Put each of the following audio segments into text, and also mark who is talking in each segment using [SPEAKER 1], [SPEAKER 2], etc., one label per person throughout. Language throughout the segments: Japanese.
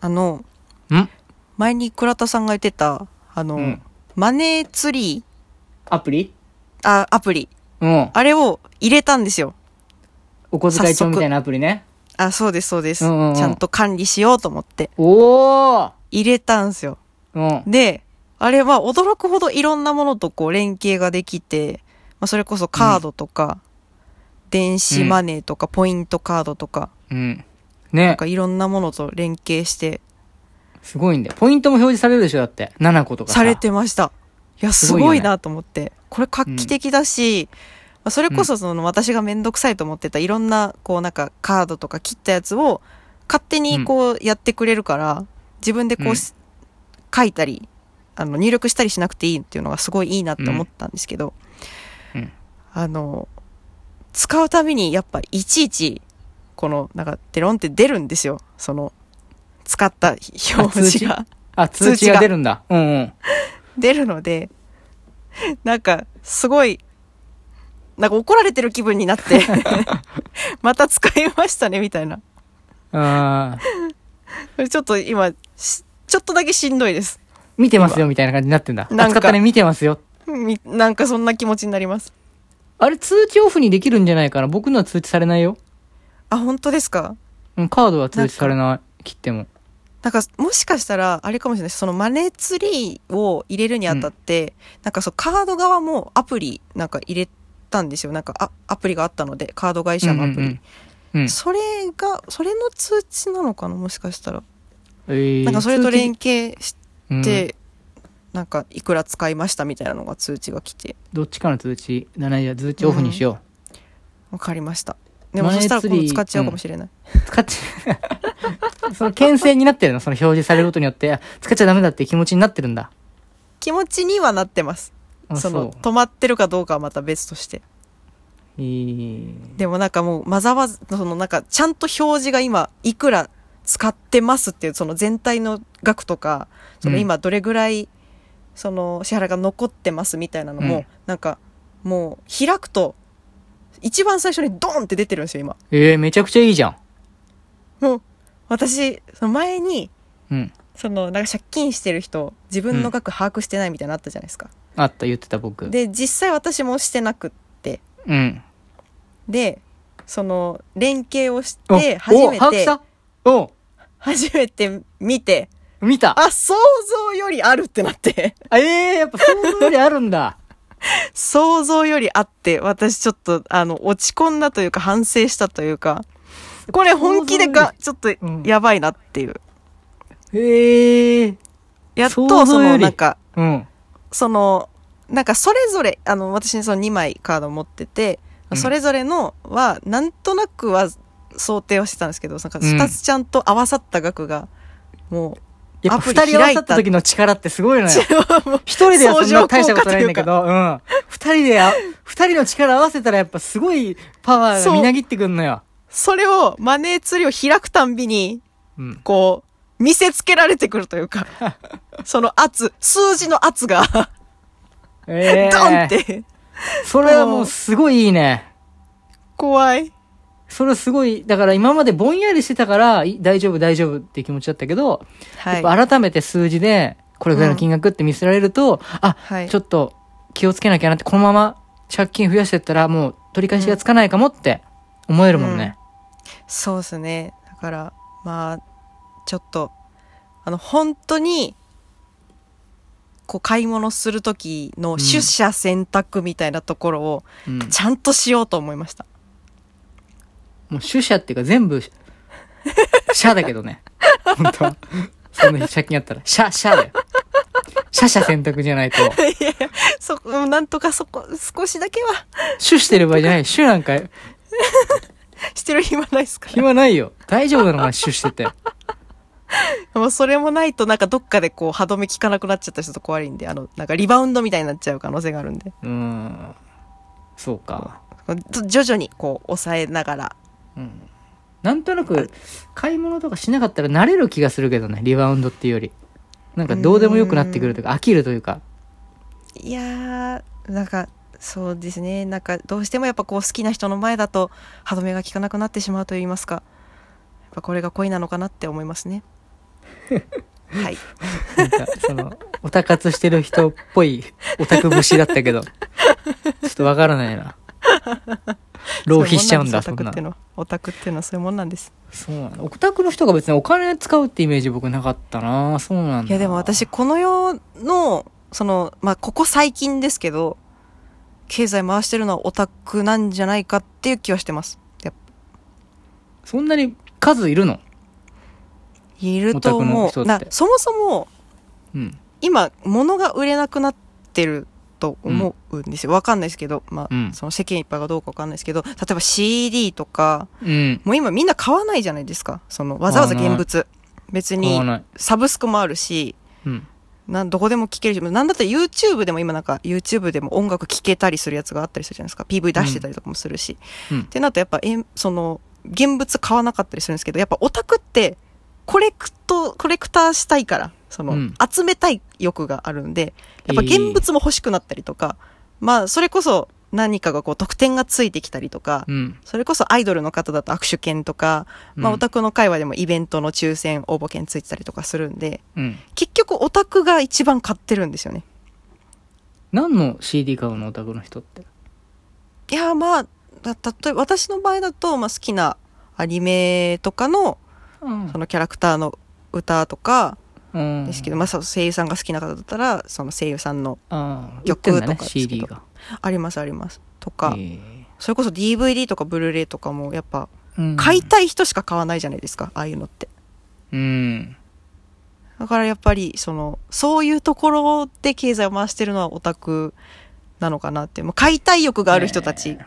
[SPEAKER 1] あの
[SPEAKER 2] ん
[SPEAKER 1] 前に倉田さんが言ってたあの、
[SPEAKER 2] うん
[SPEAKER 1] マネーツリー
[SPEAKER 2] アプリ
[SPEAKER 1] あアプリ
[SPEAKER 2] うん。
[SPEAKER 1] あれを入れたんですよ
[SPEAKER 2] お小遣い帳みたいなアプリね。
[SPEAKER 1] あそうですそうです、
[SPEAKER 2] うんうんうん
[SPEAKER 1] ちゃんと管理しようと思って
[SPEAKER 2] おー
[SPEAKER 1] 入れたんですよ
[SPEAKER 2] うん。
[SPEAKER 1] であれは驚くほどいろんなものとこう連携ができて、まあ、それこそカードとか、電子マネーとかポイントカードとか、
[SPEAKER 2] うん。ね
[SPEAKER 1] なんかいろんなものと連携して
[SPEAKER 2] すごいんだよ。ポイントも表示されるでしょだって。7個とかさ。
[SPEAKER 1] されてました。いや、
[SPEAKER 2] す
[SPEAKER 1] す
[SPEAKER 2] ごいよね
[SPEAKER 1] ごいなと思って。これ画期的だし、まあそれこそその私がめんどくさいと思ってたいろんな、こうなんかカードとか切ったやつを勝手にこうやってくれるから、自分でこう、
[SPEAKER 2] うん
[SPEAKER 1] 書いたり、あの、入力したりしなくていいっていうのがすごいいいなって思ったんですけど、
[SPEAKER 2] うん
[SPEAKER 1] あの、使うたびにやっぱいちいち、このなんかデロンって出るんですよ。その、使った表
[SPEAKER 2] 通知
[SPEAKER 1] 示が。
[SPEAKER 2] あ、通
[SPEAKER 1] 通
[SPEAKER 2] 知
[SPEAKER 1] 知が
[SPEAKER 2] が出るんだ。うんうん。
[SPEAKER 1] 出るので、なんか、すごい、なんか怒られてる気分にな って、また使いましたね、みたいな。
[SPEAKER 2] あー
[SPEAKER 1] ちょっと今、しちょっとだけしんどいです。
[SPEAKER 2] 見てますよみたいな感じになってんだ。
[SPEAKER 1] なん
[SPEAKER 2] あ
[SPEAKER 1] か
[SPEAKER 2] 使ったね、見てますよ。
[SPEAKER 1] みなんかそんな気持ちになります。
[SPEAKER 2] あれ、通知オフにできるんじゃないかな。僕のは通知されないよ。
[SPEAKER 1] あ、本当ですか
[SPEAKER 2] うん、カードは通知されない。切っても。
[SPEAKER 1] なんか、もしかしたら、あれかもしれないですそのマネーツリーを入れるにあたって、なんかそう、カード側もアプリ、なんか入れたんですよ。なんか、あ、アプリがあったので、カード会社のアプリ。
[SPEAKER 2] うんうんうん。うん
[SPEAKER 1] それが、それの通知なのかなもしかしたら。
[SPEAKER 2] えー
[SPEAKER 1] なんかそれと連携し
[SPEAKER 2] 通知うん
[SPEAKER 1] て、なんかいくら使いましたみたいなのが通知が来て、
[SPEAKER 2] どっちかの通知。7じゃあ通知オフにしよう。
[SPEAKER 1] わかりました。でも
[SPEAKER 2] マネ
[SPEAKER 1] そし
[SPEAKER 2] ー
[SPEAKER 1] たら今
[SPEAKER 2] ツ
[SPEAKER 1] 度
[SPEAKER 2] リー
[SPEAKER 1] 使っちゃうかもしれない。
[SPEAKER 2] 使っちゃ、 その牽制になってるのその表示されることによって、あ使っちゃダメだって気持ちになってるんだ。
[SPEAKER 1] 気持ちにはなってます。
[SPEAKER 2] あ
[SPEAKER 1] その、
[SPEAKER 2] う
[SPEAKER 1] 止まってるかどうかはまた別として。
[SPEAKER 2] えー
[SPEAKER 1] でもなんかもう、まざわず、そのなんか、ちゃんと表示が今、いくら使ってますっていう、その全体の額とか、その
[SPEAKER 2] うん
[SPEAKER 1] 今どれぐらい、その支払いが残ってますみたいなのも、
[SPEAKER 2] うん
[SPEAKER 1] なんか、もう、開くと、一番最初にドーンって出てるんですよ、今。
[SPEAKER 2] えーめちゃくちゃいいじゃん。
[SPEAKER 1] もう、私、その前に、
[SPEAKER 2] うん。
[SPEAKER 1] その、なんか借金してる人、自分の額把握してないみたいなのあったじゃないですか。
[SPEAKER 2] あった、言ってた僕。
[SPEAKER 1] で、実際私もしてなくって、
[SPEAKER 2] うん。
[SPEAKER 1] で、その、連携をし
[SPEAKER 2] お
[SPEAKER 1] て、初
[SPEAKER 2] お
[SPEAKER 1] め、
[SPEAKER 2] 把握してたお
[SPEAKER 1] 初めて見て、
[SPEAKER 2] 見た
[SPEAKER 1] あ、想像よりあるってなって、
[SPEAKER 2] あええやっぱ想像よりあるんだ。
[SPEAKER 1] 想像よりあって、私ちょっと、あの、落ち込んだというか、反省したというか、これ本気でか、ちょっと
[SPEAKER 2] うん、
[SPEAKER 1] やばいなって いう。
[SPEAKER 2] ええ
[SPEAKER 1] やっ
[SPEAKER 2] 想
[SPEAKER 1] と、そ
[SPEAKER 2] 像よ
[SPEAKER 1] の、
[SPEAKER 2] り
[SPEAKER 1] なんか、
[SPEAKER 2] うん。
[SPEAKER 1] そのなんかそれぞれあの私その2枚カード持ってて、
[SPEAKER 2] うん
[SPEAKER 1] それぞれのはなんとなくは想定をしてたんですけどなんか
[SPEAKER 2] うん
[SPEAKER 1] 2つちゃんと合わさった額が、も
[SPEAKER 2] やっぱ
[SPEAKER 1] アプリ
[SPEAKER 2] 二人合わさった時の力ってすごいのよ。
[SPEAKER 1] う もう
[SPEAKER 2] 一人ではそん
[SPEAKER 1] 相乗
[SPEAKER 2] な
[SPEAKER 1] 効果
[SPEAKER 2] 大したことないんだけど、うん。二人であ、二人の力合わせたらやっぱすごいパワーがみなぎってくんのよ。
[SPEAKER 1] それをマネーツリーを開くたんびに
[SPEAKER 2] うん。
[SPEAKER 1] こう見せつけられてくるという かその圧数字の圧が
[SPEAKER 2] ええ
[SPEAKER 1] ドンって
[SPEAKER 2] それはもうすごいいいね。
[SPEAKER 1] 怖い
[SPEAKER 2] それすごい、だから今までぼんやりしてたから、い大丈夫大丈夫って気持ちだったけど、
[SPEAKER 1] は
[SPEAKER 2] や
[SPEAKER 1] い
[SPEAKER 2] っぱ改めて数字で、これぐらいの金額って見せられると、あ、
[SPEAKER 1] はい
[SPEAKER 2] ちょっと気をつけなきゃなって、このまま借金増やしてったらもう取り返しがつかないかもって思えるもんね。
[SPEAKER 1] そうですね。だから、まあ、ちょっと、あの、本当に、こう、買い物するときの取捨選択みたいなところを、
[SPEAKER 2] うん
[SPEAKER 1] ちゃんとしようと思いました。
[SPEAKER 2] もう主者っていうか全部、社だけどね。本当はその借金あったら、社、社だよ。社社選択じゃないと、
[SPEAKER 1] そこ、なんとかそこ、少しだけは、
[SPEAKER 2] 主してる場合じゃない。主なんか
[SPEAKER 1] してる暇ないですから。
[SPEAKER 2] 暇ないよ。大丈夫なのかな、主してて。
[SPEAKER 1] もうそれもないと、なんかどっかでこう、歯止め効かなくなっちゃった人と怖いんで、あの、なんかリバウンドみたいになっちゃう可能性があるんで、
[SPEAKER 2] うーん。そうか。
[SPEAKER 1] 徐々にこう、抑えながら、
[SPEAKER 2] うん。なんとなく、買い物とかしなかったら慣れる気がするけどね、リバウンドっていうより。なんかどうでもよくなってくるというか、飽きるというか。
[SPEAKER 1] いやーなんかそうですねなんかどうしてもやっぱこう好きな人の前だと 歯止めが効かなくなってしまうといいますかやっぱこれが恋なのかなって思いますねはい。
[SPEAKER 2] なんか、その、オタ活してる人っぽいオタク節だったけど、ちょっとわからないな。浪費しちゃうんだ、そ
[SPEAKER 1] そ
[SPEAKER 2] ん
[SPEAKER 1] ういうもなんですオタク
[SPEAKER 2] な
[SPEAKER 1] って。のはオタクってのはそういうもんなんです。
[SPEAKER 2] そうなんだ。オタクの人が別にお金使うってイメージ僕なかったなそうなんだ。
[SPEAKER 1] いやでも私、この世の、その、まあ、ここ最近ですけど、経済回してるのはオタクなんじゃないかっていう気はしてます。やっぱ
[SPEAKER 2] そんなに数いるの
[SPEAKER 1] いると
[SPEAKER 2] オタクの
[SPEAKER 1] 思
[SPEAKER 2] 人っ
[SPEAKER 1] う。
[SPEAKER 2] て
[SPEAKER 1] な、そもそも、
[SPEAKER 2] うん。
[SPEAKER 1] 今、物が売れなくなってると思うんですよ。わかんないですけど、まあ、
[SPEAKER 2] うん
[SPEAKER 1] その世間一般がどうかわかんないですけど、例えば CD とか、
[SPEAKER 2] うん。
[SPEAKER 1] もう今みんな買わないじゃないですか。その、わざわざ現物。別
[SPEAKER 2] 買
[SPEAKER 1] に
[SPEAKER 2] わ、ない。
[SPEAKER 1] サブスクもあるし、
[SPEAKER 2] うん。
[SPEAKER 1] なんどこでも聴けるし、なんだったら YouTube でも今なんか YouTube でも音楽聴けたりするやつがあったりするじゃないですか。PV 出してたりとかもするし。
[SPEAKER 2] うん
[SPEAKER 1] ってなるとやっぱ、えんその、現物買わなかったりするんですけど、やっぱオタクって、コレクト、コレクターしたいから、その、
[SPEAKER 2] うん
[SPEAKER 1] 集めたい欲があるんで、やっぱ現物も欲しくなったりとか、まあ、それこそ何かがこう特典がついてきたりとか、
[SPEAKER 2] うん。
[SPEAKER 1] それこそアイドルの方だと握手券とか、まあ
[SPEAKER 2] うん
[SPEAKER 1] オタクの会話でもイベントの抽選応募券ついてたりとかするんで、
[SPEAKER 2] うん。
[SPEAKER 1] 結局オタクが一番買ってるんですよね。
[SPEAKER 2] 何の CD 買うのオタクの人って。
[SPEAKER 1] いやーまあ、た、例えば私の場合だと、まあ好きなアニメとかの、
[SPEAKER 2] うん
[SPEAKER 1] そのキャラクターの歌とか
[SPEAKER 2] うん。
[SPEAKER 1] ですけど、まあそう声優さんが好きな方だったら、その声優さんの
[SPEAKER 2] ああ、
[SPEAKER 1] 曲
[SPEAKER 2] 曲と
[SPEAKER 1] と
[SPEAKER 2] か
[SPEAKER 1] か
[SPEAKER 2] CD が。
[SPEAKER 1] ありますありますとか
[SPEAKER 2] え、え
[SPEAKER 1] それこそ DVD とかブルーレイとかもやっぱ
[SPEAKER 2] うん
[SPEAKER 1] 買いたい人しか買わないじゃないですか、ああいうのって。
[SPEAKER 2] うん。
[SPEAKER 1] だからやっぱり、その、そういうところで経済を回してるのはオタクなのかなって。もう買いたい欲がある人たち、
[SPEAKER 2] ねえ。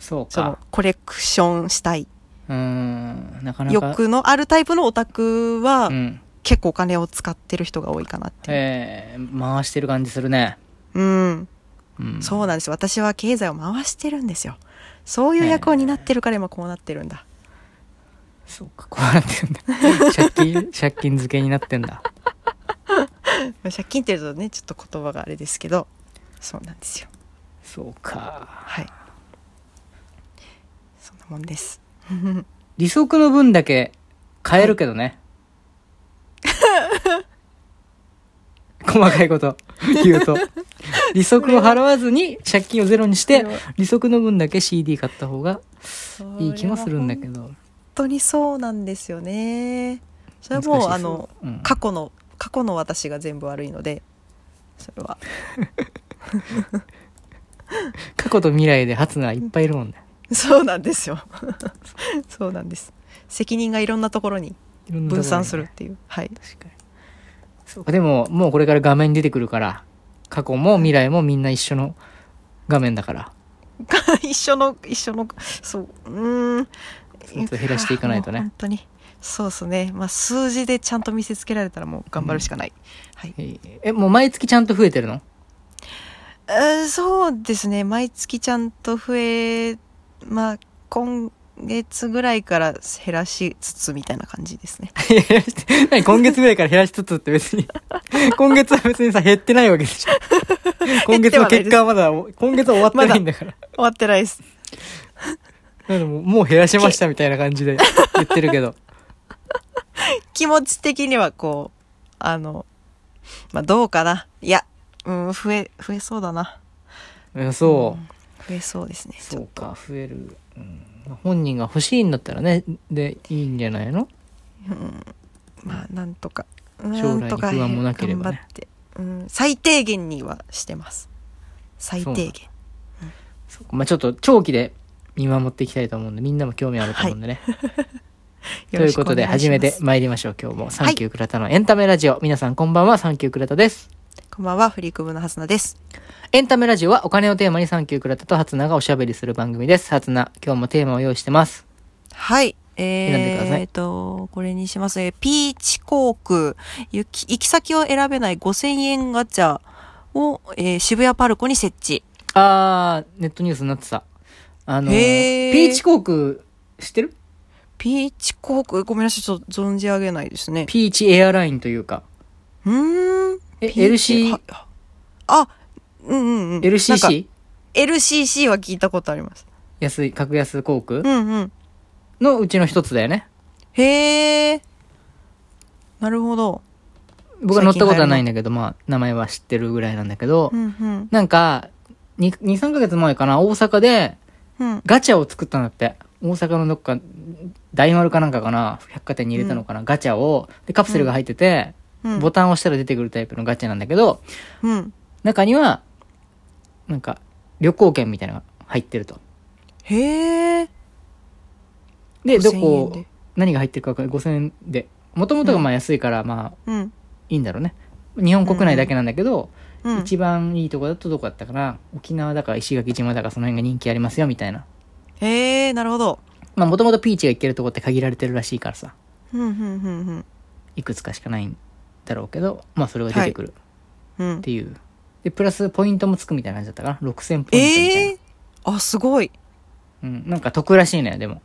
[SPEAKER 2] そう
[SPEAKER 1] その
[SPEAKER 2] か。、
[SPEAKER 1] コレクションしたい
[SPEAKER 2] うん。なかなか。
[SPEAKER 1] 欲のあるタイプのオタクは、
[SPEAKER 2] うん。
[SPEAKER 1] 結構お金を使ってる人が多いかなって。
[SPEAKER 2] ええ回してる感じするね。
[SPEAKER 1] うん。
[SPEAKER 2] うん。
[SPEAKER 1] そうなんですよ。私は経済を回してるんですよ。そういう役を担ってるから今こうなってるんだ。
[SPEAKER 2] そうか、こうなってんだ。借金、借金付けになってんだ。
[SPEAKER 1] 借金って言うとね、ちょっと言葉があれですけど、そうなんですよ。
[SPEAKER 2] そうか。
[SPEAKER 1] はい。そんなもん です。
[SPEAKER 2] 利息の分だけ買えるけどね。細かいこと言うと。利息を払わずに借金をゼロにして、利息の分だけ CD 買った方がいい気もするんだけ
[SPEAKER 1] ど。
[SPEAKER 2] ど。
[SPEAKER 1] 本当にそうなんですよね。それはもう、
[SPEAKER 2] 難
[SPEAKER 1] あ
[SPEAKER 2] しい
[SPEAKER 1] の、
[SPEAKER 2] そううん
[SPEAKER 1] 過去の、過去の私が全部悪いので、それは。
[SPEAKER 2] 過去と未来で初がいっぱいいるもんね。
[SPEAKER 1] そうなんですよ。そうなんです。責任がいろんなところに
[SPEAKER 2] いろんなところにね
[SPEAKER 1] 分散するっ。ていう。はい。
[SPEAKER 2] 確かに。そうか、でももうこれから画面に出てくるから、過去も未来もみんな一緒の画面だから、
[SPEAKER 1] 一緒の、一緒の、そう、うーん。
[SPEAKER 2] そうそう減らしていかないとね
[SPEAKER 1] もう本当に。そうですね。まあ、数字でちゃんと見せつけられたらもう頑張るしかない。はい。
[SPEAKER 2] えーえ、もう毎月ちゃんと増えてるの
[SPEAKER 1] えーそうですね。毎月ちゃんと増え、まあ、今月ぐらいから減らしつつみたいな感じですね。
[SPEAKER 2] 減らして 何今月ぐらいから減らしつつって別に、今月は別にさ、減ってないわけで しょ。今月の結果はまだ、今月は終わってないんだから。
[SPEAKER 1] 終わってないです。
[SPEAKER 2] なのでもうもう減らしましたみたいな感じで言ってるけ ど。
[SPEAKER 1] 気持ち的にはこう、あの、まあ、どうかな。いや、うん、増え、増えそうだな。
[SPEAKER 2] うんそうう。
[SPEAKER 1] 増えそうですね。ち
[SPEAKER 2] そ
[SPEAKER 1] ょっ
[SPEAKER 2] うか、増える。うん本人が欲しいんだったらね、で、いいんじゃないの
[SPEAKER 1] とまあ、なんとか。
[SPEAKER 2] 将来に不安もなけれ
[SPEAKER 1] なんとか頑張
[SPEAKER 2] ばね
[SPEAKER 1] って。うん、最低限にはしてます。最低限。
[SPEAKER 2] そうかまあちょっと長期で見守っていきたいと思うんで、みんなも興味あると思うんでね。 ということで、
[SPEAKER 1] よろし
[SPEAKER 2] 始
[SPEAKER 1] くお願いしま
[SPEAKER 2] めて
[SPEAKER 1] す。
[SPEAKER 2] 参りましょう、今日も。サンキュークラタのエンタメラジオ。皆さんこんばんは、サンキュークラタです。
[SPEAKER 1] こんばんは、フリークブのはずなです。
[SPEAKER 2] エンタメラジオはお金をテーマにサンキュークラタとハツナがおしゃべりする番組です。ハツナ、今日もテーマを用意してます。
[SPEAKER 1] はい。
[SPEAKER 2] 選んでください
[SPEAKER 1] えー、と、これにします。えーピーチ航空、行き行き先を選べない5000円ガチャを、えー渋谷パルコに設置。
[SPEAKER 2] あー、ネットニュースになってた。あの、ピ
[SPEAKER 1] へー
[SPEAKER 2] ーチ航空、知ってる
[SPEAKER 1] ピーチ航空、ごめんなさい、ちょっと存じ上げないですね。
[SPEAKER 2] ピーチエアラインというか、
[SPEAKER 1] うーん。
[SPEAKER 2] え、
[SPEAKER 1] ピーチ
[SPEAKER 2] LC、
[SPEAKER 1] はあ、うんうんうん。なんか
[SPEAKER 2] LCC?
[SPEAKER 1] LCC は聞いたことあります。
[SPEAKER 2] 安い、格安航空
[SPEAKER 1] うんうん。
[SPEAKER 2] のうちの一つだよね。
[SPEAKER 1] へえ。なるほど。
[SPEAKER 2] 僕は乗ったことはないんだけど、まあ、名前は知ってるぐらいなんだけど、
[SPEAKER 1] うんうん。
[SPEAKER 2] なんか、2、2 3ヶ月前かな、大阪で
[SPEAKER 1] うん。
[SPEAKER 2] ガチャを作ったんだって。大阪のどっか、大丸かなんかかな、百貨店に入れたのかな、ガチャを、で、カプセルが入ってて、
[SPEAKER 1] うん。
[SPEAKER 2] ボタンを押したら出てくるタイプのガチャなんだけど、
[SPEAKER 1] うん。
[SPEAKER 2] 中には、なんか、旅行券みたいなのが入ってると。
[SPEAKER 1] へえ。
[SPEAKER 2] で、ど
[SPEAKER 1] 5000円
[SPEAKER 2] こ
[SPEAKER 1] で、
[SPEAKER 2] 何が入ってるか分かんない5000円で。もともとがまあ安いから、まあ、
[SPEAKER 1] うん。
[SPEAKER 2] いいんだろうね。日本国内だけなんだけど、
[SPEAKER 1] うん。
[SPEAKER 2] 一番いいとこだとどこだったかな沖縄だから石垣島だからその辺が人気ありますよみたいな
[SPEAKER 1] へえ、なるほど。
[SPEAKER 2] まあもともとピーチが行けるとこって限られてるらしいからさ
[SPEAKER 1] うんうんうん
[SPEAKER 2] いくつかしかないんだろうけどまあそれが出てくる
[SPEAKER 1] うん。うん
[SPEAKER 2] っ。ていう、でプラスポイントもつくみたいな感じだったかな6000ポイントみたいな、
[SPEAKER 1] ええあ、すごい。
[SPEAKER 2] うん、なんか得らしいのよでも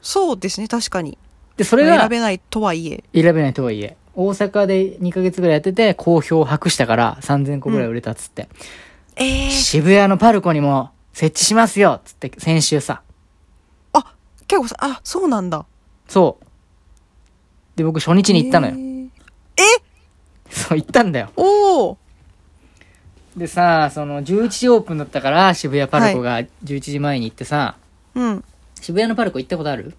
[SPEAKER 1] そうですね、確かに。
[SPEAKER 2] で
[SPEAKER 1] こ
[SPEAKER 2] それが
[SPEAKER 1] 選べないとはいえ。
[SPEAKER 2] 選べないとはいえ大阪で2ヶ月ぐらいやってて好評を博したから3000個ぐらい売れたっつって、
[SPEAKER 1] ええ
[SPEAKER 2] 渋谷のパルコにも設置しますよっつって先週さ
[SPEAKER 1] あ、結構さ、あ、そうなんだ。
[SPEAKER 2] そうで僕初日に行ったのよ、
[SPEAKER 1] へー
[SPEAKER 2] そう、行ったんだよ。
[SPEAKER 1] おお。
[SPEAKER 2] でさ、その、11時オープンだったから、渋谷パルコが11時前に行ってさ、
[SPEAKER 1] うん。
[SPEAKER 2] 渋谷のパルコ行ったことある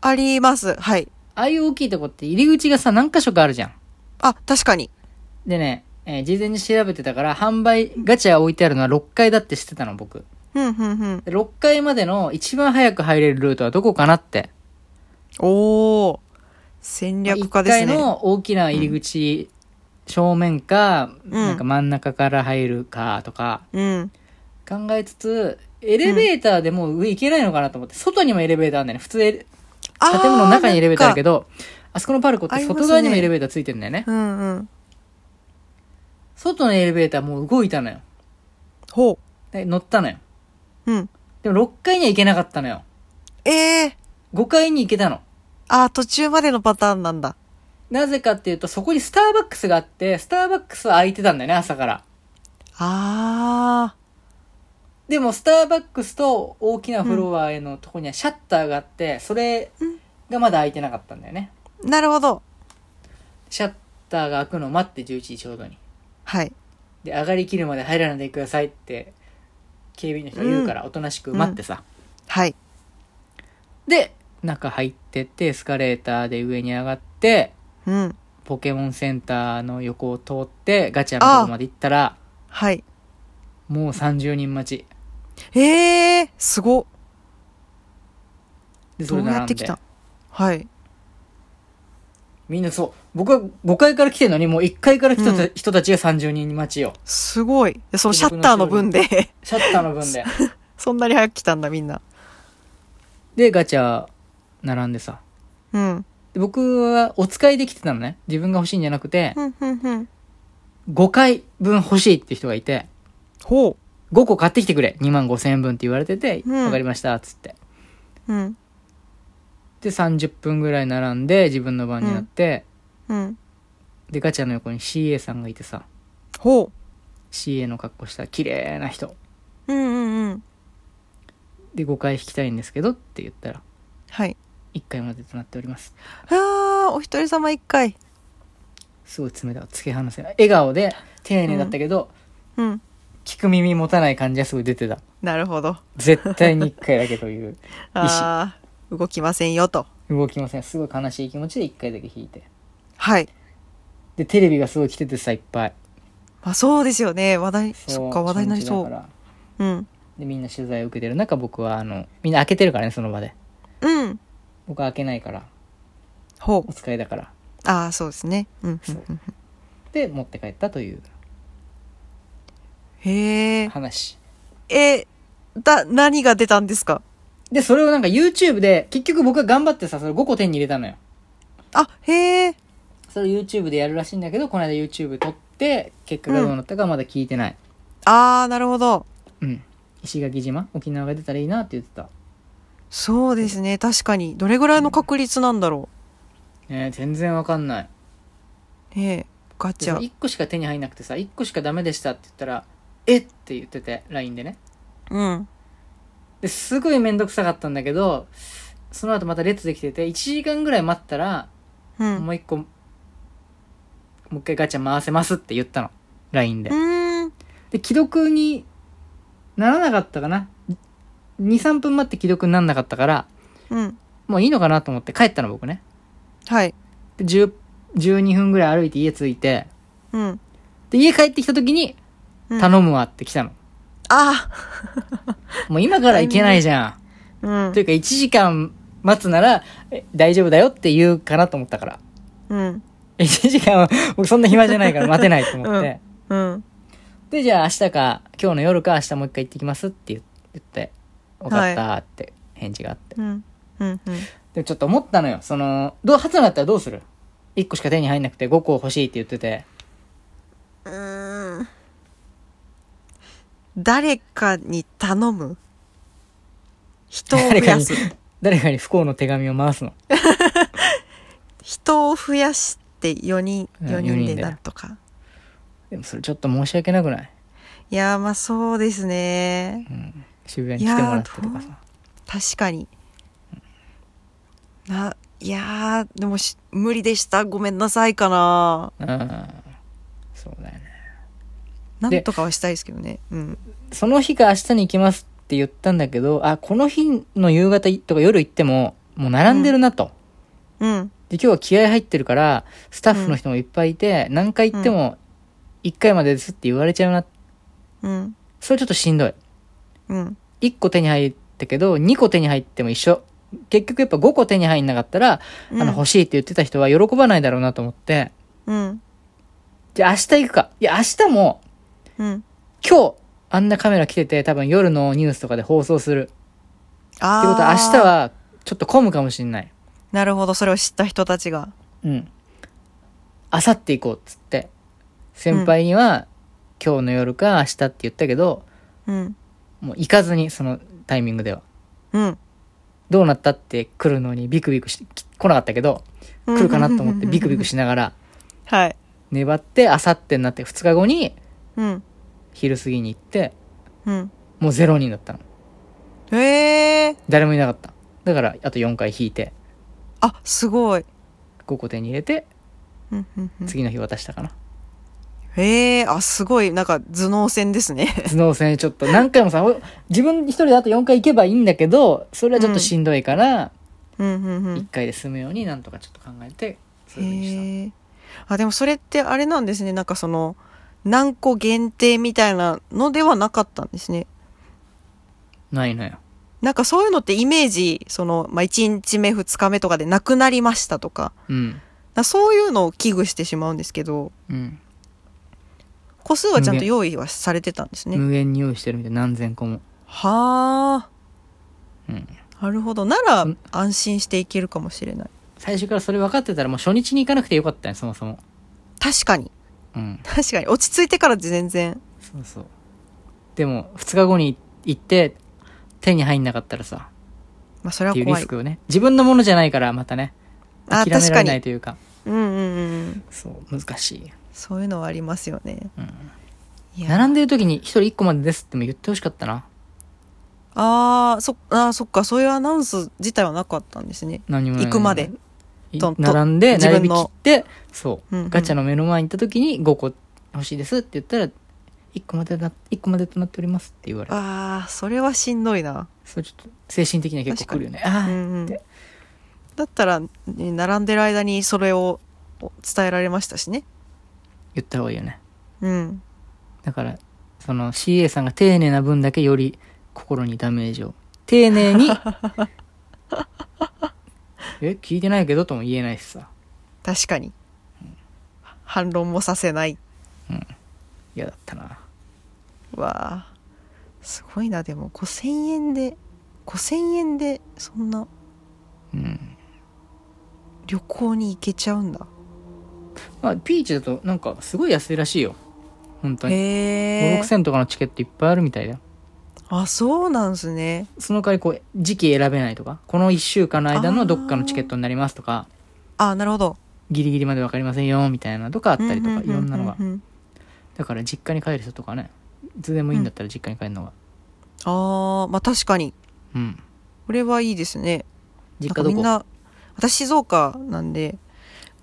[SPEAKER 1] あります。はい。
[SPEAKER 2] ああいう大きいとこって入り口がさ、何箇所かあるじゃん。
[SPEAKER 1] あ、確かに。
[SPEAKER 2] でね、えー事前に調べてたから、販売、ガチャ置いてあるのは6階だって知ってたの、僕。
[SPEAKER 1] うんうんうん。
[SPEAKER 2] で6階までの一番早く入れるルートはどこかなって。
[SPEAKER 1] おお。戦略家です
[SPEAKER 2] 1階
[SPEAKER 1] ね。
[SPEAKER 2] の大きな入り口、正面か、
[SPEAKER 1] ん
[SPEAKER 2] なんか真ん中から入るかとか、
[SPEAKER 1] うん。
[SPEAKER 2] 考えつつ、エレベーターでもう上行けないのかなと思って、外にもエレベーターあんだよね。普通エレ、
[SPEAKER 1] あー
[SPEAKER 2] 建物の中にエレベーターあるけ
[SPEAKER 1] なんか
[SPEAKER 2] ど、あそこのパルコって外側にもエレベーターついてんだよね。
[SPEAKER 1] うんうん。
[SPEAKER 2] 外のエレベーターもう動いたのよ。
[SPEAKER 1] ほ
[SPEAKER 2] で乗ったのよ。
[SPEAKER 1] う。うん。
[SPEAKER 2] でも6階には行けなかったのよ。
[SPEAKER 1] ええ
[SPEAKER 2] 5階に行けたの。
[SPEAKER 1] あー、途中までのパターンなんだ。
[SPEAKER 2] なぜかっていうと、そこにスターバックスがあって、スターバックスは空いてたんだよね、朝から。
[SPEAKER 1] あ
[SPEAKER 2] でも、スターバックスと大きなフロアへのとこにはシャッターがあって、それがまだ空いてなかったんだよね。
[SPEAKER 1] ー。なるほど。
[SPEAKER 2] シャッターが開くのを待って、11時ちょうどに。
[SPEAKER 1] はい。
[SPEAKER 2] で上がりきるまで入らないでくださいって警備員の人が言うからおとなしく待ってさ、
[SPEAKER 1] はい。
[SPEAKER 2] で中入ってってエスカレーターで上に上がって
[SPEAKER 1] うん。
[SPEAKER 2] ポケモンセンターの横を通ってガチャのとこまで行ったら
[SPEAKER 1] はい。
[SPEAKER 2] もう30人待ち
[SPEAKER 1] ええー、すご。
[SPEAKER 2] でそ
[SPEAKER 1] ど
[SPEAKER 2] れ
[SPEAKER 1] うや
[SPEAKER 2] 並
[SPEAKER 1] っ
[SPEAKER 2] んで
[SPEAKER 1] てきたはい。
[SPEAKER 2] みんなそう僕は5階から来てるのにもう1階から来た
[SPEAKER 1] うん
[SPEAKER 2] 人たちが30人待ちよ
[SPEAKER 1] すごい。いやそのシャッターの分で、
[SPEAKER 2] シャッターの分で
[SPEAKER 1] そんなに早く来たんだ、みんな。
[SPEAKER 2] でガチャ並んでさ
[SPEAKER 1] うん。
[SPEAKER 2] で僕はお使いできてたのね自分が欲しいんじゃなくて
[SPEAKER 1] うん、うん、うん。
[SPEAKER 2] 5回分欲しいって人がいて
[SPEAKER 1] ほ
[SPEAKER 2] 5個買ってきてくれ2万5千円分って言われてて「
[SPEAKER 1] うん
[SPEAKER 2] わかりました」っつって
[SPEAKER 1] う。うん。
[SPEAKER 2] で30分ぐらい並んで自分の番になって、
[SPEAKER 1] うん。
[SPEAKER 2] でガチャの横に CA さんがいてさ
[SPEAKER 1] ほ
[SPEAKER 2] CA の格好した綺麗な人
[SPEAKER 1] う。うん、うん、うん。
[SPEAKER 2] で5回引きたいんですけどって言ったら
[SPEAKER 1] はい。
[SPEAKER 2] 1回までとなっております
[SPEAKER 1] ああ、お一人様一回。
[SPEAKER 2] すごい冷たい突き放せない笑顔で丁寧だったけど、
[SPEAKER 1] うん。
[SPEAKER 2] 聞く耳持たない感じがすごい出てた
[SPEAKER 1] なるほど。
[SPEAKER 2] 絶対に1回だけという
[SPEAKER 1] ああ、動きませんよと。
[SPEAKER 2] 動きませんすごい悲しい気持ちで1回だけ引いて
[SPEAKER 1] はい。
[SPEAKER 2] でテレビがすごい来ててさいっぱい
[SPEAKER 1] まあそうですよね。話題、そっか、話題になり
[SPEAKER 2] 初日
[SPEAKER 1] そ
[SPEAKER 2] だから
[SPEAKER 1] う。うん。
[SPEAKER 2] でみんな取材を受けてる中僕はあのみんな開けてるからねその場で
[SPEAKER 1] うん。
[SPEAKER 2] 僕は開けないから
[SPEAKER 1] ほ
[SPEAKER 2] お
[SPEAKER 1] う。
[SPEAKER 2] 使いだから
[SPEAKER 1] ああ、そうですね。うん、うん、うん。
[SPEAKER 2] で持って帰ったという
[SPEAKER 1] へえ。
[SPEAKER 2] 話
[SPEAKER 1] え、だ、何が出たんですか
[SPEAKER 2] でそれをなんか YouTube で結局僕が頑張ってさそれ5個手に入れたのよ
[SPEAKER 1] あ、へえ。
[SPEAKER 2] それを YouTube でやるらしいんだけどこの間 YouTube 撮って結果がどうなったかまだ聞いてない
[SPEAKER 1] ああ、なるほど。
[SPEAKER 2] うん、石垣島沖縄が出たらいいなって言ってた、
[SPEAKER 1] そうですね。確かに。どれぐらいの確率なんだろ。
[SPEAKER 2] ねえ、全然わかんないう
[SPEAKER 1] ねえ、ガ
[SPEAKER 2] で
[SPEAKER 1] チ
[SPEAKER 2] その
[SPEAKER 1] ャ。
[SPEAKER 2] 1個しか手に入んなくてさ1個しかダメでしたって言ったらえって言ってて LINE でね
[SPEAKER 1] うん。
[SPEAKER 2] ですごい面倒くさかったんだけどその後また列できてて1時間ぐらい待ったら、
[SPEAKER 1] うん。
[SPEAKER 2] もう一個もう一回ガチャ回せますって言ったの LINE で
[SPEAKER 1] うーん
[SPEAKER 2] で既読にならなかったかな23分待って既読にならなかったから
[SPEAKER 1] うん
[SPEAKER 2] もういいのかなと思って帰ったの僕ね
[SPEAKER 1] はい
[SPEAKER 2] で10 12分ぐらい歩いて家着いて
[SPEAKER 1] うん
[SPEAKER 2] で家帰ってきた時に
[SPEAKER 1] うん
[SPEAKER 2] 頼むわって来たの、
[SPEAKER 1] あ
[SPEAKER 2] もう今から行けないじゃん、
[SPEAKER 1] うん
[SPEAKER 2] というか1時間待つならえ大丈夫だよって言うかなと思ったから
[SPEAKER 1] うん
[SPEAKER 2] 1時間は僕そんな暇じゃないから待てないと思って、
[SPEAKER 1] うん
[SPEAKER 2] でじゃあ明日か今日の夜か明日もう一回行ってきますって言言って分かったって返事があって、
[SPEAKER 1] うんうんうん
[SPEAKER 2] でもちょっと思ったのよそのどう初のだったらどうする1個しか手に入んなくて5個欲しいって言ってて
[SPEAKER 1] うーん誰かに頼む人を増
[SPEAKER 2] 誰か
[SPEAKER 1] や
[SPEAKER 2] に
[SPEAKER 1] す。
[SPEAKER 2] 誰かに不幸の手紙を回すの
[SPEAKER 1] 人を増やして4人、
[SPEAKER 2] うん
[SPEAKER 1] 4
[SPEAKER 2] 四
[SPEAKER 1] 人
[SPEAKER 2] 人
[SPEAKER 1] で
[SPEAKER 2] で
[SPEAKER 1] なんとか。
[SPEAKER 2] でもそれちょっと申し訳なくない、
[SPEAKER 1] いやー、まあそうですね
[SPEAKER 2] う。ん、渋谷に来てもらってと
[SPEAKER 1] いや
[SPEAKER 2] か
[SPEAKER 1] ーど
[SPEAKER 2] さ
[SPEAKER 1] 確かに。な、いやー、でもし、無理でした。ごめんなさいかな。
[SPEAKER 2] うんそうだよね
[SPEAKER 1] なんとかはしたいですけどね。うん。
[SPEAKER 2] その日か明日に行きますって言ったんだけど、あ、この日の夕方とか夜行っても、もう並んでるなと。
[SPEAKER 1] うん。
[SPEAKER 2] で、今日は気合入ってるから、スタッフの人もいっぱいいて、何回行っても、1回までですって言われちゃうな。
[SPEAKER 1] うん。
[SPEAKER 2] それちょっとしんどい。
[SPEAKER 1] うん。
[SPEAKER 2] 1個手に入ったけど、2個手に入っても一緒。結局やっぱ5個手に入んなかったら、あの、欲しいって言ってた人は喜ばないだろうなと思って、
[SPEAKER 1] うん。
[SPEAKER 2] じゃあ明日行くか。いや、明日も、
[SPEAKER 1] うん。
[SPEAKER 2] 今日、あんなカメラ来てて、多分夜のニュースとかで放送する。
[SPEAKER 1] あ
[SPEAKER 2] ってことは明日
[SPEAKER 1] ー。
[SPEAKER 2] は、ちょっと混むかもしんない。
[SPEAKER 1] なるほど、それを知った人たちが。
[SPEAKER 2] うん。あさって行こうっつって。先輩には、今日の夜か明日って言ったけど、
[SPEAKER 1] うん。
[SPEAKER 2] もう行かずに、そのタイミングでは。
[SPEAKER 1] うん。
[SPEAKER 2] どうなったって来るのにビクビクし、き来なかったけど、来るかなと思ってビクビク
[SPEAKER 1] し。
[SPEAKER 2] しな がら、
[SPEAKER 1] はい。
[SPEAKER 2] 粘って、あさってになって2日後に、
[SPEAKER 1] うん。
[SPEAKER 2] 昼過ぎに行って、
[SPEAKER 1] うん。
[SPEAKER 2] もう0人だったの。
[SPEAKER 1] ええー。
[SPEAKER 2] 誰もいなかった。だから、あと4回引いて、
[SPEAKER 1] あ、すごい。
[SPEAKER 2] 5個手に入れて、
[SPEAKER 1] うんうんうん
[SPEAKER 2] 次の日渡したかな。
[SPEAKER 1] ええー、あ、すごい。なんか頭脳戦ですね。
[SPEAKER 2] 頭脳戦ちょっと何回もさ、お自分一人であと4回行けばいいんだけど、それはちょっとしんどいから、
[SPEAKER 1] うんうんう
[SPEAKER 2] 一
[SPEAKER 1] ん。
[SPEAKER 2] 回で済むようになんとかちょっと考えてそういうふうにし
[SPEAKER 1] へえ。あ、でもそれってあれなんですね。なんかその、何個限定みたいなのではなかったんですね。
[SPEAKER 2] たないのよ
[SPEAKER 1] なんかそういうのってイメージ、その、まあ、1日目、2日目とかでなくなりましたとか、
[SPEAKER 2] うん
[SPEAKER 1] なそういうのを危惧してしまうんですけど、
[SPEAKER 2] うん、
[SPEAKER 1] 個数はちゃんと用意はされてたんですね。
[SPEAKER 2] 無限に用意してるみたい何千個も、
[SPEAKER 1] はあ、
[SPEAKER 2] うん、
[SPEAKER 1] なるほど。なら
[SPEAKER 2] うん
[SPEAKER 1] 安心していけるかもしれない。
[SPEAKER 2] 最初からそれ分かってたらもう初日に行かなくてよかったねそもそも
[SPEAKER 1] 確かに。
[SPEAKER 2] うん
[SPEAKER 1] 確かに。落ち着いてから全然。
[SPEAKER 2] そうそうでも2日後に行って手に入んなかったらさ
[SPEAKER 1] まあそれ
[SPEAKER 2] っ
[SPEAKER 1] は
[SPEAKER 2] ていうリ
[SPEAKER 1] 怖
[SPEAKER 2] ス
[SPEAKER 1] い。
[SPEAKER 2] クをね自分のものじゃないからまたね
[SPEAKER 1] あ
[SPEAKER 2] 諦め
[SPEAKER 1] 確
[SPEAKER 2] ら
[SPEAKER 1] か
[SPEAKER 2] れない
[SPEAKER 1] に。
[SPEAKER 2] というか
[SPEAKER 1] うんうんうん。
[SPEAKER 2] そう難しい、
[SPEAKER 1] そういうのはありますよね。
[SPEAKER 2] うん、
[SPEAKER 1] いや
[SPEAKER 2] 並んでる時に1人1個までですっても言ってほしかったな
[SPEAKER 1] ああ、そ、あーそっか。そういうアナウンス自体はなかったんですね。
[SPEAKER 2] 何もない
[SPEAKER 1] 行くまで。
[SPEAKER 2] い
[SPEAKER 1] とと
[SPEAKER 2] 並んで
[SPEAKER 1] 自分
[SPEAKER 2] 並び
[SPEAKER 1] の
[SPEAKER 2] 切ってそう、
[SPEAKER 1] うんうん
[SPEAKER 2] ガチャの目の前に行った時に5個欲しいですって言ったら1個までだ1個までとなっておりますって言われる
[SPEAKER 1] ああ、それはしんどいな。
[SPEAKER 2] それちょっと精神的には結構くるよねあ
[SPEAKER 1] うん
[SPEAKER 2] あ、
[SPEAKER 1] うん。だったら、ね並んでる間にそれをお伝えられましたしね。
[SPEAKER 2] 言った方がいいよね
[SPEAKER 1] うん。
[SPEAKER 2] だからその CA さんが丁寧な分だけより心にダメージを丁 寧にえ聞いてないけどとも言えないしさ
[SPEAKER 1] 確かに。反論もさせない。
[SPEAKER 2] 嫌だったな
[SPEAKER 1] わあすごいなでも5,000円で5,000円でそんな
[SPEAKER 2] うん
[SPEAKER 1] 旅行に行けちゃうんだ
[SPEAKER 2] まあピーチだとなんかすごい安いらしいよ本当に
[SPEAKER 1] へえ
[SPEAKER 2] 56000とかのチケットいっぱいあるみたいだよ
[SPEAKER 1] あそうなんすね
[SPEAKER 2] その代わりこう時期選べないとかこの1週間の間のどっかのチケットになりますとか
[SPEAKER 1] あなるほど
[SPEAKER 2] ギリギリまで分かりませんよみたいなとかあったりとかいろんなのが
[SPEAKER 1] うううん
[SPEAKER 2] だから実家に帰る人とかねいつでもいいんだったら実家に帰るのが
[SPEAKER 1] ああまあ確かに
[SPEAKER 2] うん
[SPEAKER 1] これはいいですねなん
[SPEAKER 2] 実家
[SPEAKER 1] か
[SPEAKER 2] ど
[SPEAKER 1] みん
[SPEAKER 2] こ
[SPEAKER 1] な私静岡なんで、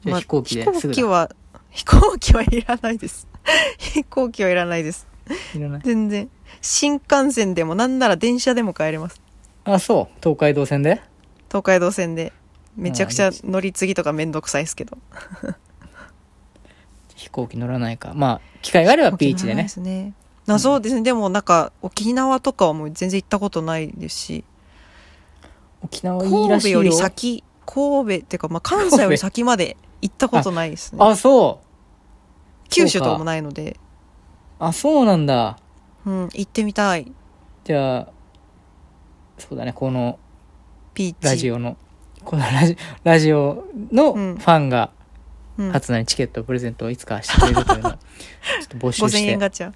[SPEAKER 2] じゃあ飛行機ですぐだ
[SPEAKER 1] 飛行機は 飛行機はいらないです 飛行機はいらないです
[SPEAKER 2] いらない
[SPEAKER 1] 全然新幹線でもなんなら電車でも帰れます
[SPEAKER 2] あそう東海道線で
[SPEAKER 1] 東海道線でめちゃくちゃ乗り継ぎとかめんどくさいですけど
[SPEAKER 2] 飛行機乗らないかまあ機会があればビーチで
[SPEAKER 1] 沖縄
[SPEAKER 2] ね
[SPEAKER 1] ですねなそうですね、でもなんか沖縄とかはもう全然行ったことないですし
[SPEAKER 2] 沖縄いいら
[SPEAKER 1] 神
[SPEAKER 2] し
[SPEAKER 1] 戸
[SPEAKER 2] い
[SPEAKER 1] よ
[SPEAKER 2] よ
[SPEAKER 1] り先神戸っていうかまあ関西より先まで行ったことないですね
[SPEAKER 2] あそう
[SPEAKER 1] 九州とかもないので
[SPEAKER 2] あそうなんだ
[SPEAKER 1] うん行ってみたい
[SPEAKER 2] じゃあそうだねこの
[SPEAKER 1] ピーチ
[SPEAKER 2] ラジオのこのラジラジオの
[SPEAKER 1] う
[SPEAKER 2] フ
[SPEAKER 1] ん
[SPEAKER 2] ァンが
[SPEAKER 1] うん、
[SPEAKER 2] 初なりチケットをプレゼントをいつかしてくれ るというのをちょっと募集
[SPEAKER 1] 5000
[SPEAKER 2] し
[SPEAKER 1] 円
[SPEAKER 2] て
[SPEAKER 1] ガチャ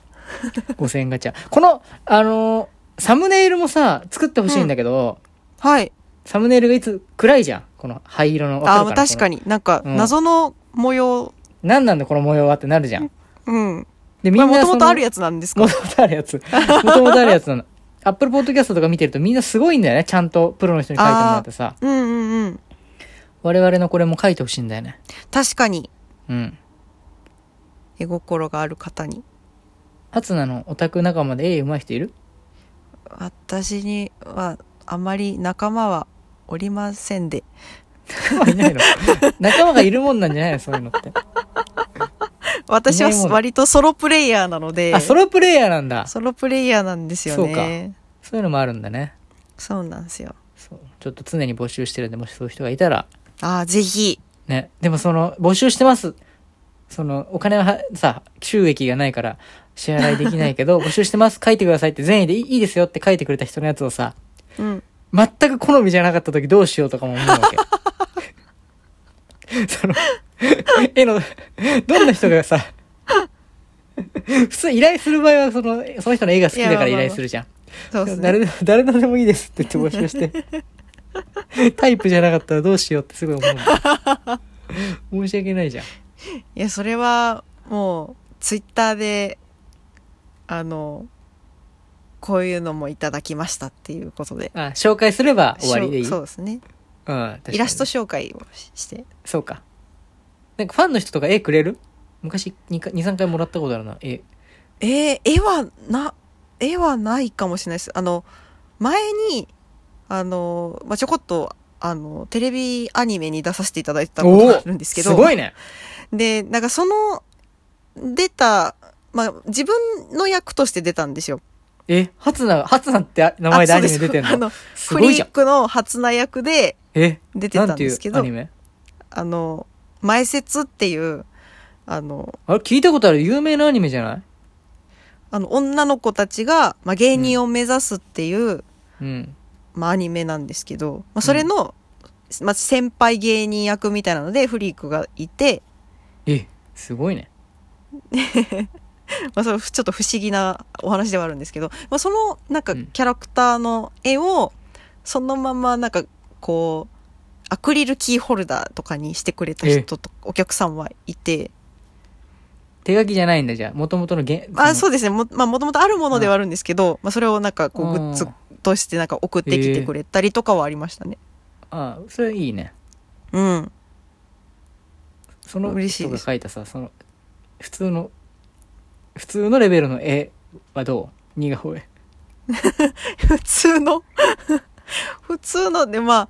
[SPEAKER 2] 5000円ガチャこのあのーサムネイルもさ作ってほしいんだけど、
[SPEAKER 1] はい
[SPEAKER 2] サムネイルがいつ暗いじゃんこの灰色の
[SPEAKER 1] あーまあ確か
[SPEAKER 2] に
[SPEAKER 1] になんか
[SPEAKER 2] うん
[SPEAKER 1] 謎の模様
[SPEAKER 2] 何なんだこの模様はってなるじゃん
[SPEAKER 1] うん
[SPEAKER 2] でみん
[SPEAKER 1] これ
[SPEAKER 2] な
[SPEAKER 1] もともとある
[SPEAKER 2] や
[SPEAKER 1] やつなんです
[SPEAKER 2] も
[SPEAKER 1] か
[SPEAKER 2] ともとあるや つもともとあるやつなのアップルポッドキャストとか見てるとみんなすごいんだよねちゃんとプロの人に書いてもらってさ
[SPEAKER 1] うんうんうん
[SPEAKER 2] 我々のこれも書いてほしいんだよね
[SPEAKER 1] 確かに
[SPEAKER 2] うん
[SPEAKER 1] 絵心がある方に
[SPEAKER 2] ハツナのオタク仲間で絵上手い人いる
[SPEAKER 1] 私にはあまり仲間はおりませんで
[SPEAKER 2] 仲間いないの仲間がいるもんなんじゃないのそういうのって。
[SPEAKER 1] 私はい
[SPEAKER 2] ないもん
[SPEAKER 1] 割とソロプレイヤーなので
[SPEAKER 2] あ、ソロプレイヤーなんだ。
[SPEAKER 1] ソロプレイヤーなんですよね
[SPEAKER 2] そういうのもあるんだね。
[SPEAKER 1] そうなんですよ
[SPEAKER 2] そう。ちょっと常に募集してるんで、もしそういう人がいたら、
[SPEAKER 1] ああぜひ
[SPEAKER 2] ね。でもその、募集してます。その、お金ははさ、収益がないから、支払いできないけど、募集してます。書いてくださいって、善意でいいいいですよって書いてくれた人のやつをさ、
[SPEAKER 1] うん
[SPEAKER 2] 全く好みじゃなかった時どうしようとかも思うわ け。その、絵の、どんな人がさ、普通依頼する場合はその、その人の絵が好きだから
[SPEAKER 1] い
[SPEAKER 2] 依
[SPEAKER 1] やまあまあまあ
[SPEAKER 2] 頼するじゃん。
[SPEAKER 1] そうですね
[SPEAKER 2] 誰でも誰のでもいいですって言って募集して。タイプじゃなかったらどうしようってすごい思う。申し訳ないじゃん。
[SPEAKER 1] いやそれはもうツイッターであのこういうのもいただきましたっていうことで
[SPEAKER 2] あ、紹介すれば終わりでいい。
[SPEAKER 1] しょそうですね
[SPEAKER 2] うん、確かに
[SPEAKER 1] イラスト紹介をしして
[SPEAKER 2] そうか。なんかファンの人とか絵くれる昔2、3回もらったことあるな、絵。
[SPEAKER 1] えー絵はな絵はないかもしれないですあの前にあの、まあ、ちょこっとあのテレビアニメに出させていただいたことがあるんですけど
[SPEAKER 2] すごいね。
[SPEAKER 1] でなんかその出た、まあ、自分の役として出たんですよ
[SPEAKER 2] え、ハツナ、ハツナって名前でアニメ出てん
[SPEAKER 1] あそう
[SPEAKER 2] の
[SPEAKER 1] です
[SPEAKER 2] す
[SPEAKER 1] フ
[SPEAKER 2] ごい
[SPEAKER 1] リ
[SPEAKER 2] じゃ
[SPEAKER 1] ー
[SPEAKER 2] ん。
[SPEAKER 1] クの初菜役で
[SPEAKER 2] え、
[SPEAKER 1] 出て
[SPEAKER 2] な
[SPEAKER 1] た
[SPEAKER 2] ん
[SPEAKER 1] ん
[SPEAKER 2] て
[SPEAKER 1] で
[SPEAKER 2] い
[SPEAKER 1] すけ
[SPEAKER 2] う
[SPEAKER 1] ど
[SPEAKER 2] アニメ
[SPEAKER 1] あの前説っていうあの
[SPEAKER 2] あれ聞いたことある有名なアニメじゃない
[SPEAKER 1] あの女の子たちが、まあ、芸人を目指すっていう、
[SPEAKER 2] うん。
[SPEAKER 1] まあ、アニメなんですけど、まあ、それの、まあ、先輩芸人役みたいなのでフリークがいて、
[SPEAKER 2] え、すごいね。
[SPEAKER 1] まあ、それちょっと不思議なお話ではあるんですけど、まあ、そのなんか
[SPEAKER 2] うん
[SPEAKER 1] キャラクターの絵をそのままなんかこうアクリルキーホルダーとかにしてくれた人とお客さんはいて、
[SPEAKER 2] 手書きじゃないんだじゃあ。もともとの原、
[SPEAKER 1] まあ、
[SPEAKER 2] そ
[SPEAKER 1] そ
[SPEAKER 2] の
[SPEAKER 1] うですねも,、まあ、もともとあるものではあるんですけど、まあ、それをなんかこうグッズとしてなんか送ってきてくれたりとかはありましたね。
[SPEAKER 2] あそれいいね。
[SPEAKER 1] うん、
[SPEAKER 2] その
[SPEAKER 1] 嬉しい
[SPEAKER 2] 人
[SPEAKER 1] で
[SPEAKER 2] が
[SPEAKER 1] す
[SPEAKER 2] 書いたさ、その、普通の、普通のレベルの絵はどう似顔絵。
[SPEAKER 1] 普通の 普通のでまあ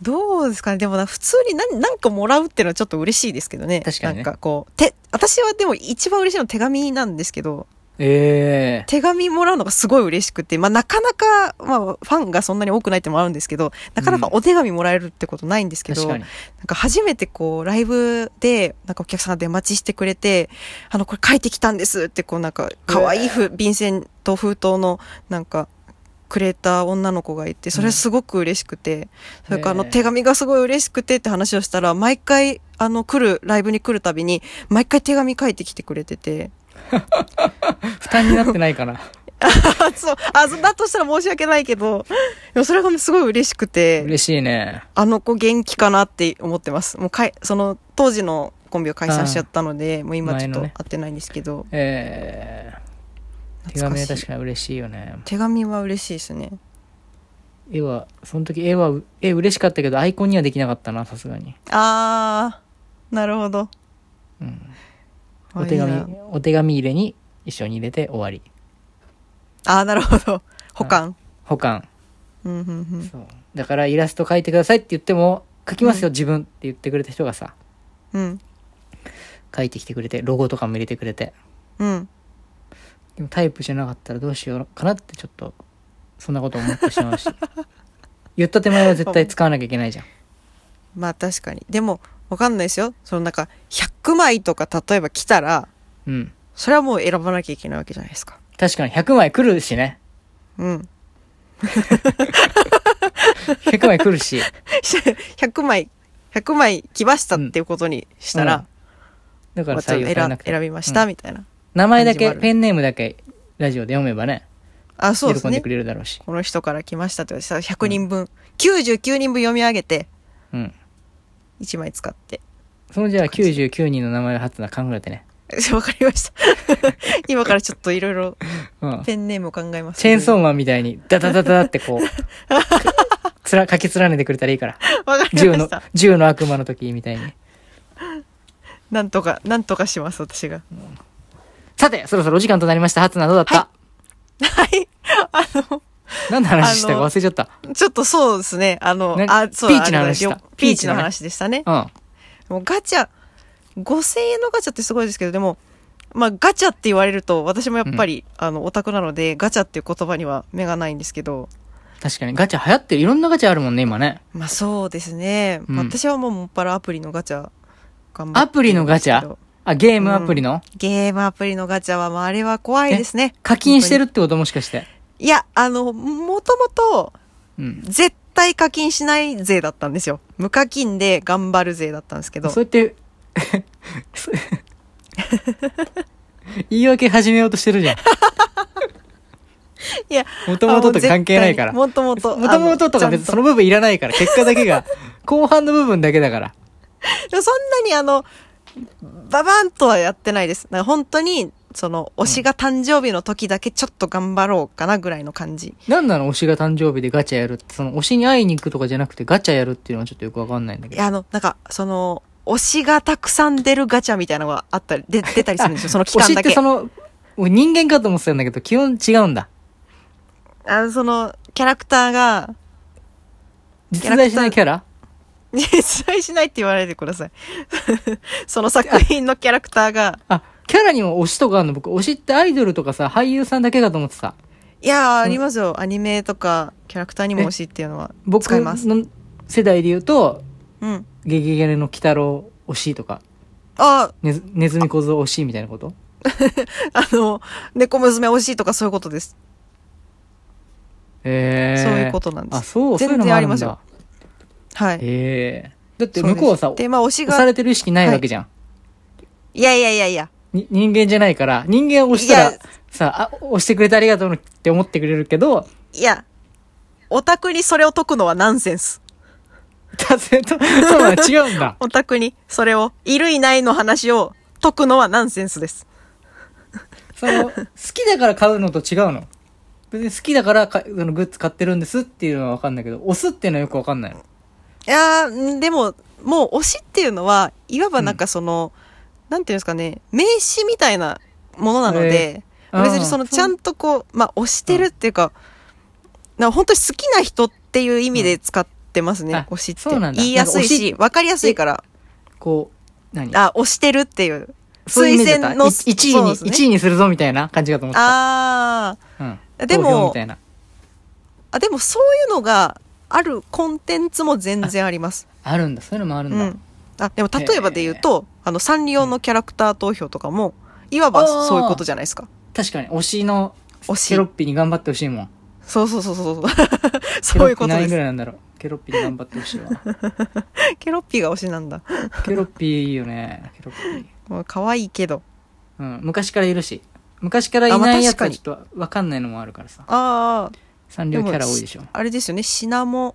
[SPEAKER 1] どうですかねでもな普通に何なんかもらうっていうのはちょっと嬉しいですけどね
[SPEAKER 2] 確かにね
[SPEAKER 1] なんかこうて私はでも一番嬉しいのは手紙なんですけど
[SPEAKER 2] ええ
[SPEAKER 1] 手紙もらうのがすごい嬉しくて、まあ、なかなか、まあ、ファンがそんなに多くないってのもあるんですけどなかなかお手紙もらえるってことないんですけど、
[SPEAKER 2] 確
[SPEAKER 1] な
[SPEAKER 2] か
[SPEAKER 1] ん
[SPEAKER 2] に。
[SPEAKER 1] か初めてこうライブでなんかお客さんが出待ちしてくれて「あのこれ書いてきたんです」ってこうなんか可愛いふ便箋と封筒のなんかくれた女の子がいてそれすごく嬉しくて、それからあの
[SPEAKER 2] へえ
[SPEAKER 1] 手紙がすごい嬉しくてって話をしたら毎回あの来るライブに来るたびに毎回手紙書いてきてくれてて
[SPEAKER 2] 負担になってないかな。
[SPEAKER 1] あそうあそうだとしたら申し訳ないけどでもそれがすごい嬉しくて
[SPEAKER 2] 嬉しいね。
[SPEAKER 1] あの子元気かなって思ってますもうかいその当時のコンビを解散しちゃったのでもう今ちょっ
[SPEAKER 2] 前の
[SPEAKER 1] と会
[SPEAKER 2] ね
[SPEAKER 1] ってないんですけど、
[SPEAKER 2] ええ手
[SPEAKER 1] 懐
[SPEAKER 2] 紙
[SPEAKER 1] し
[SPEAKER 2] はい確かに嬉しいよね。
[SPEAKER 1] 手紙は嬉しいですね
[SPEAKER 2] 絵はその時絵はう絵嬉しかったけどアイコンにはできなかったなさすがに
[SPEAKER 1] あーなるほど
[SPEAKER 2] うんお手紙
[SPEAKER 1] あいいな
[SPEAKER 2] お手紙入れに一緒に入れて終わり
[SPEAKER 1] あーなるほど保管
[SPEAKER 2] 保管
[SPEAKER 1] うんうんうん
[SPEAKER 2] そうだからイラスト描いてくださいって言っても描きますよ、自分って言ってくれた人がさ
[SPEAKER 1] うん
[SPEAKER 2] 描いてきてくれてロゴとかも入れてくれて
[SPEAKER 1] うん
[SPEAKER 2] でもタイプじゃなかったらどうしようかなってちょっとそんなこと思ってしま うし言った手前は絶対使わなきゃいけないじゃん
[SPEAKER 1] まあ確かにでもわかんないですよそのなんか100枚とか例えば来たら
[SPEAKER 2] うん
[SPEAKER 1] それはもう選ばなきゃいけないわけじゃないですか
[SPEAKER 2] 確かに100枚来るしね
[SPEAKER 1] うん
[SPEAKER 2] 100枚来るし
[SPEAKER 1] 100枚100枚来ましたっていうことにした
[SPEAKER 2] うん
[SPEAKER 1] ら、
[SPEAKER 2] だから
[SPEAKER 1] まあちょっ
[SPEAKER 2] 採
[SPEAKER 1] と
[SPEAKER 2] 用され
[SPEAKER 1] 選
[SPEAKER 2] なくて
[SPEAKER 1] 選びました
[SPEAKER 2] うん
[SPEAKER 1] みたいな、
[SPEAKER 2] 名前だ
[SPEAKER 1] 感じもあ
[SPEAKER 2] け
[SPEAKER 1] る
[SPEAKER 2] ペンネームだけラジオで読めばね
[SPEAKER 1] あそうです
[SPEAKER 2] 喜んで
[SPEAKER 1] ね
[SPEAKER 2] くれるだろうし
[SPEAKER 1] この人から来ましたって言われて100人分、99人分読み上げて
[SPEAKER 2] うん
[SPEAKER 1] 1枚使って
[SPEAKER 2] そのじゃあ99人の名前を発つのは考えてね、
[SPEAKER 1] わかりました 今からちょっといろいろ
[SPEAKER 2] うん、
[SPEAKER 1] ペンネームを考えます
[SPEAKER 2] チェーンソー
[SPEAKER 1] ー
[SPEAKER 2] マンみたいにダダダダダってこう つら書き連ねてくれたらいいから
[SPEAKER 1] わかり
[SPEAKER 2] 銃
[SPEAKER 1] ま
[SPEAKER 2] の
[SPEAKER 1] した
[SPEAKER 2] 銃の悪魔の時みたいに
[SPEAKER 1] なんとかなんとかします私が
[SPEAKER 2] さてそろそろお時間となりました初菜どうだった、
[SPEAKER 1] はいあの
[SPEAKER 2] 何の話したか
[SPEAKER 1] あの
[SPEAKER 2] 忘れちゃった
[SPEAKER 1] ちょっとそうですね。あの、
[SPEAKER 2] ね
[SPEAKER 1] あ、そう
[SPEAKER 2] ピーチの話した
[SPEAKER 1] あれだよピーチの話でしたね。
[SPEAKER 2] うん
[SPEAKER 1] もうガチャ、5000円のガチャってすごいですけど、でも、まあガチャって言われると、私もやっぱり、あの、オタクなので、ガチャっていう言葉には目がないんですけど、
[SPEAKER 2] 確かにガチャ流行ってるいろんなガチャあるもんね今ね
[SPEAKER 1] まあそうですね。
[SPEAKER 2] うん
[SPEAKER 1] 私はもうもっぱらアプリのガチャ、頑張って
[SPEAKER 2] アプリのガチ
[SPEAKER 1] るんで
[SPEAKER 2] ャ
[SPEAKER 1] す
[SPEAKER 2] あゲームアプリの、
[SPEAKER 1] けどゲームアプリのガチャは、まああれは怖いですね。
[SPEAKER 2] 課金してるってこともしかして
[SPEAKER 1] いや、あの、もともと、
[SPEAKER 2] うん
[SPEAKER 1] 絶対課金しない税だったんですよ。無課金で頑張る税だったんですけど。
[SPEAKER 2] そうやって そう言い訳始めようとしてるじゃん
[SPEAKER 1] いや、
[SPEAKER 2] もともととか関係ないから
[SPEAKER 1] もともと。
[SPEAKER 2] もともとと
[SPEAKER 1] あ
[SPEAKER 2] か
[SPEAKER 1] の
[SPEAKER 2] 別に
[SPEAKER 1] ちゃ
[SPEAKER 2] そ
[SPEAKER 1] ん
[SPEAKER 2] の部分いらないから、結果だけが、後半の部分だけだから。
[SPEAKER 1] でもそんなにあの、ババーンとはやってないです。なんか本当に、その、推しが誕生日の時だけちょっと頑張ろうかなぐらいの感じ。
[SPEAKER 2] なんなの推しが誕生日でガチャやるって、その推しに会いに行くとかじゃなくてガチャやるっていうのはちょっとよくわかんないんだけ
[SPEAKER 1] い
[SPEAKER 2] ど。
[SPEAKER 1] や、あの、なんか、その、推しがたくさん出るガチャみたいなのがあったり、で出たりするんですよ、その期
[SPEAKER 2] 推し
[SPEAKER 1] 間
[SPEAKER 2] っ
[SPEAKER 1] だ
[SPEAKER 2] て
[SPEAKER 1] け。
[SPEAKER 2] その、俺人間かと思ってたんだけど、基本違うんだ。
[SPEAKER 1] あの、その、キャラクターが、
[SPEAKER 2] 実在しないキャラ
[SPEAKER 1] 実在しないって言わないでください。 その作品のキャラクターが、
[SPEAKER 2] あ、キャラにも推しとかあるの僕、推しってアイドルとかさ、俳優さんだけかと思ってた。
[SPEAKER 1] いやー、ありますよ。アニメとか、キャラクターにも推しっていうのは、
[SPEAKER 2] 僕
[SPEAKER 1] 使います。
[SPEAKER 2] の世代で言うと、
[SPEAKER 1] うん。
[SPEAKER 2] ゲゲゲの鬼太郎推しとか、
[SPEAKER 1] あー、
[SPEAKER 2] ねずネズミ小僧推しみたいなこと
[SPEAKER 1] あの、猫娘惜しいとかそういうことです。
[SPEAKER 2] へえ。
[SPEAKER 1] そういうことなんで
[SPEAKER 2] あ、
[SPEAKER 1] す。
[SPEAKER 2] そう、そういうのもあるん
[SPEAKER 1] 全然
[SPEAKER 2] だ
[SPEAKER 1] あ。はい。
[SPEAKER 2] へえ。だって
[SPEAKER 1] そうです
[SPEAKER 2] 向こうはさ、
[SPEAKER 1] で、まあ、推し
[SPEAKER 2] 押さ
[SPEAKER 1] が、
[SPEAKER 2] れてる意識ないわけじゃん。
[SPEAKER 1] いやいやいやいや、
[SPEAKER 2] に人間じゃないから、人間を押した
[SPEAKER 1] い
[SPEAKER 2] ら
[SPEAKER 1] や、
[SPEAKER 2] さあ、押してくれてありがとうって思ってくれるけど、
[SPEAKER 1] いや、オタクにそれを解くのはナンセンス。
[SPEAKER 2] たせと、そうなんだ違うんだ。
[SPEAKER 1] オタクにそれを、いるいないの話を解くのはナンセンスです。
[SPEAKER 2] その、好きだから買うのと違うの。別に好きだからかそのグッズ買ってるんですっていうのはわかんないけど、押すっていうのはよくわかんないの。
[SPEAKER 1] いやー、んでも、もう推しっていうのは、いわばなんかその、なんていうんですかね、名詞みたいなものなので、
[SPEAKER 2] あー
[SPEAKER 1] 別にその、ちゃんとこう、まあ、推してるっていうか、なんか本当に好きな人っていう意味で使ってますね、
[SPEAKER 2] うんあ
[SPEAKER 1] 推しって
[SPEAKER 2] そうなん。だ
[SPEAKER 1] 言いやすいし、わかりやすいから、
[SPEAKER 2] こう、何
[SPEAKER 1] あ、推してるっていう。
[SPEAKER 2] そういうイメージだっ
[SPEAKER 1] 推
[SPEAKER 2] た
[SPEAKER 1] 薦の
[SPEAKER 2] い一位
[SPEAKER 1] そう
[SPEAKER 2] に、
[SPEAKER 1] ですね
[SPEAKER 2] 一位にするぞみたいな感じかと思った。
[SPEAKER 1] あー
[SPEAKER 2] うん。
[SPEAKER 1] でも
[SPEAKER 2] 投票みたいな。
[SPEAKER 1] あ、でもそういうのがあるコンテンツも全然あります。
[SPEAKER 2] あるんだ、そういうのもあるん
[SPEAKER 1] う
[SPEAKER 2] だ
[SPEAKER 1] ん。あでも例えばで言うと、あのサンリオのキャラクター投票とかも、いわば
[SPEAKER 2] あー
[SPEAKER 1] そういうことじゃないですか。
[SPEAKER 2] 確かに、推しの、
[SPEAKER 1] 推し
[SPEAKER 2] ケロッピに頑張ってほしいもん。
[SPEAKER 1] そうそうそう そうそう。そういうこと
[SPEAKER 2] ケロッ
[SPEAKER 1] で
[SPEAKER 2] ピ何ぐ
[SPEAKER 1] す。
[SPEAKER 2] らいなんだろう。ケロッピに頑張ってほしいわ。
[SPEAKER 1] ケロッピーが推しなんだ。
[SPEAKER 2] ケロッピいいよね。ケロッピ。
[SPEAKER 1] もう可愛いけど。
[SPEAKER 2] うん。昔からいるし。昔からい
[SPEAKER 1] あま
[SPEAKER 2] な
[SPEAKER 1] あ
[SPEAKER 2] いやつはち
[SPEAKER 1] 確
[SPEAKER 2] ょっとわかんないのもあるからさ。
[SPEAKER 1] ああ、
[SPEAKER 2] サンリオキャラ多いでしょ。
[SPEAKER 1] あれですよね、シナモ、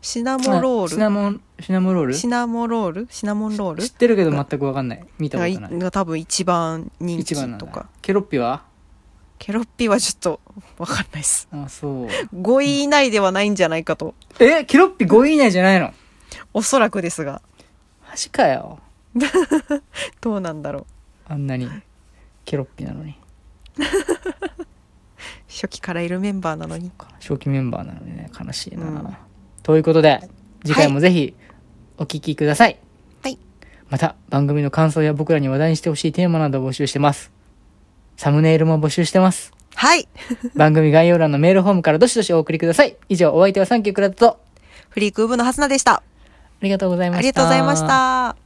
[SPEAKER 1] シナモロ
[SPEAKER 2] あシ
[SPEAKER 1] ー
[SPEAKER 2] ナモン、シナモロール
[SPEAKER 1] ル。シナモロールシナモンロール
[SPEAKER 2] 知ってるけど全くわかんない。見たこと
[SPEAKER 1] が
[SPEAKER 2] ない。
[SPEAKER 1] が多分一番人
[SPEAKER 2] 一
[SPEAKER 1] 気
[SPEAKER 2] 番なん
[SPEAKER 1] と
[SPEAKER 2] だ
[SPEAKER 1] か。。
[SPEAKER 2] ケロッピは
[SPEAKER 1] ケロッピーはちょっとわかんないです。
[SPEAKER 2] あ、そう。
[SPEAKER 1] 5位以内ではないんじゃないかと、
[SPEAKER 2] えケロッピ5位以内じゃないの
[SPEAKER 1] おそらくですが、
[SPEAKER 2] マジかよ。
[SPEAKER 1] どうなんだろう。
[SPEAKER 2] あんなにケロッピなのに
[SPEAKER 1] 初期からいるメンバーなのに
[SPEAKER 2] 正気メンバーなのにね悲しいな、
[SPEAKER 1] うん
[SPEAKER 2] ということで次回もぜひお聞きください、
[SPEAKER 1] はい
[SPEAKER 2] また番組の感想や僕らに話題にしてほしいテーマなどを募集してますサムネイルも募集して ます
[SPEAKER 1] はい
[SPEAKER 2] 番組概要欄のメールフォームからどしどしお送りください以上お相手はサンキュークラッドと
[SPEAKER 1] フリークウブのはすなでした
[SPEAKER 2] ありがとうございま
[SPEAKER 1] あ
[SPEAKER 2] した
[SPEAKER 1] りがとうございました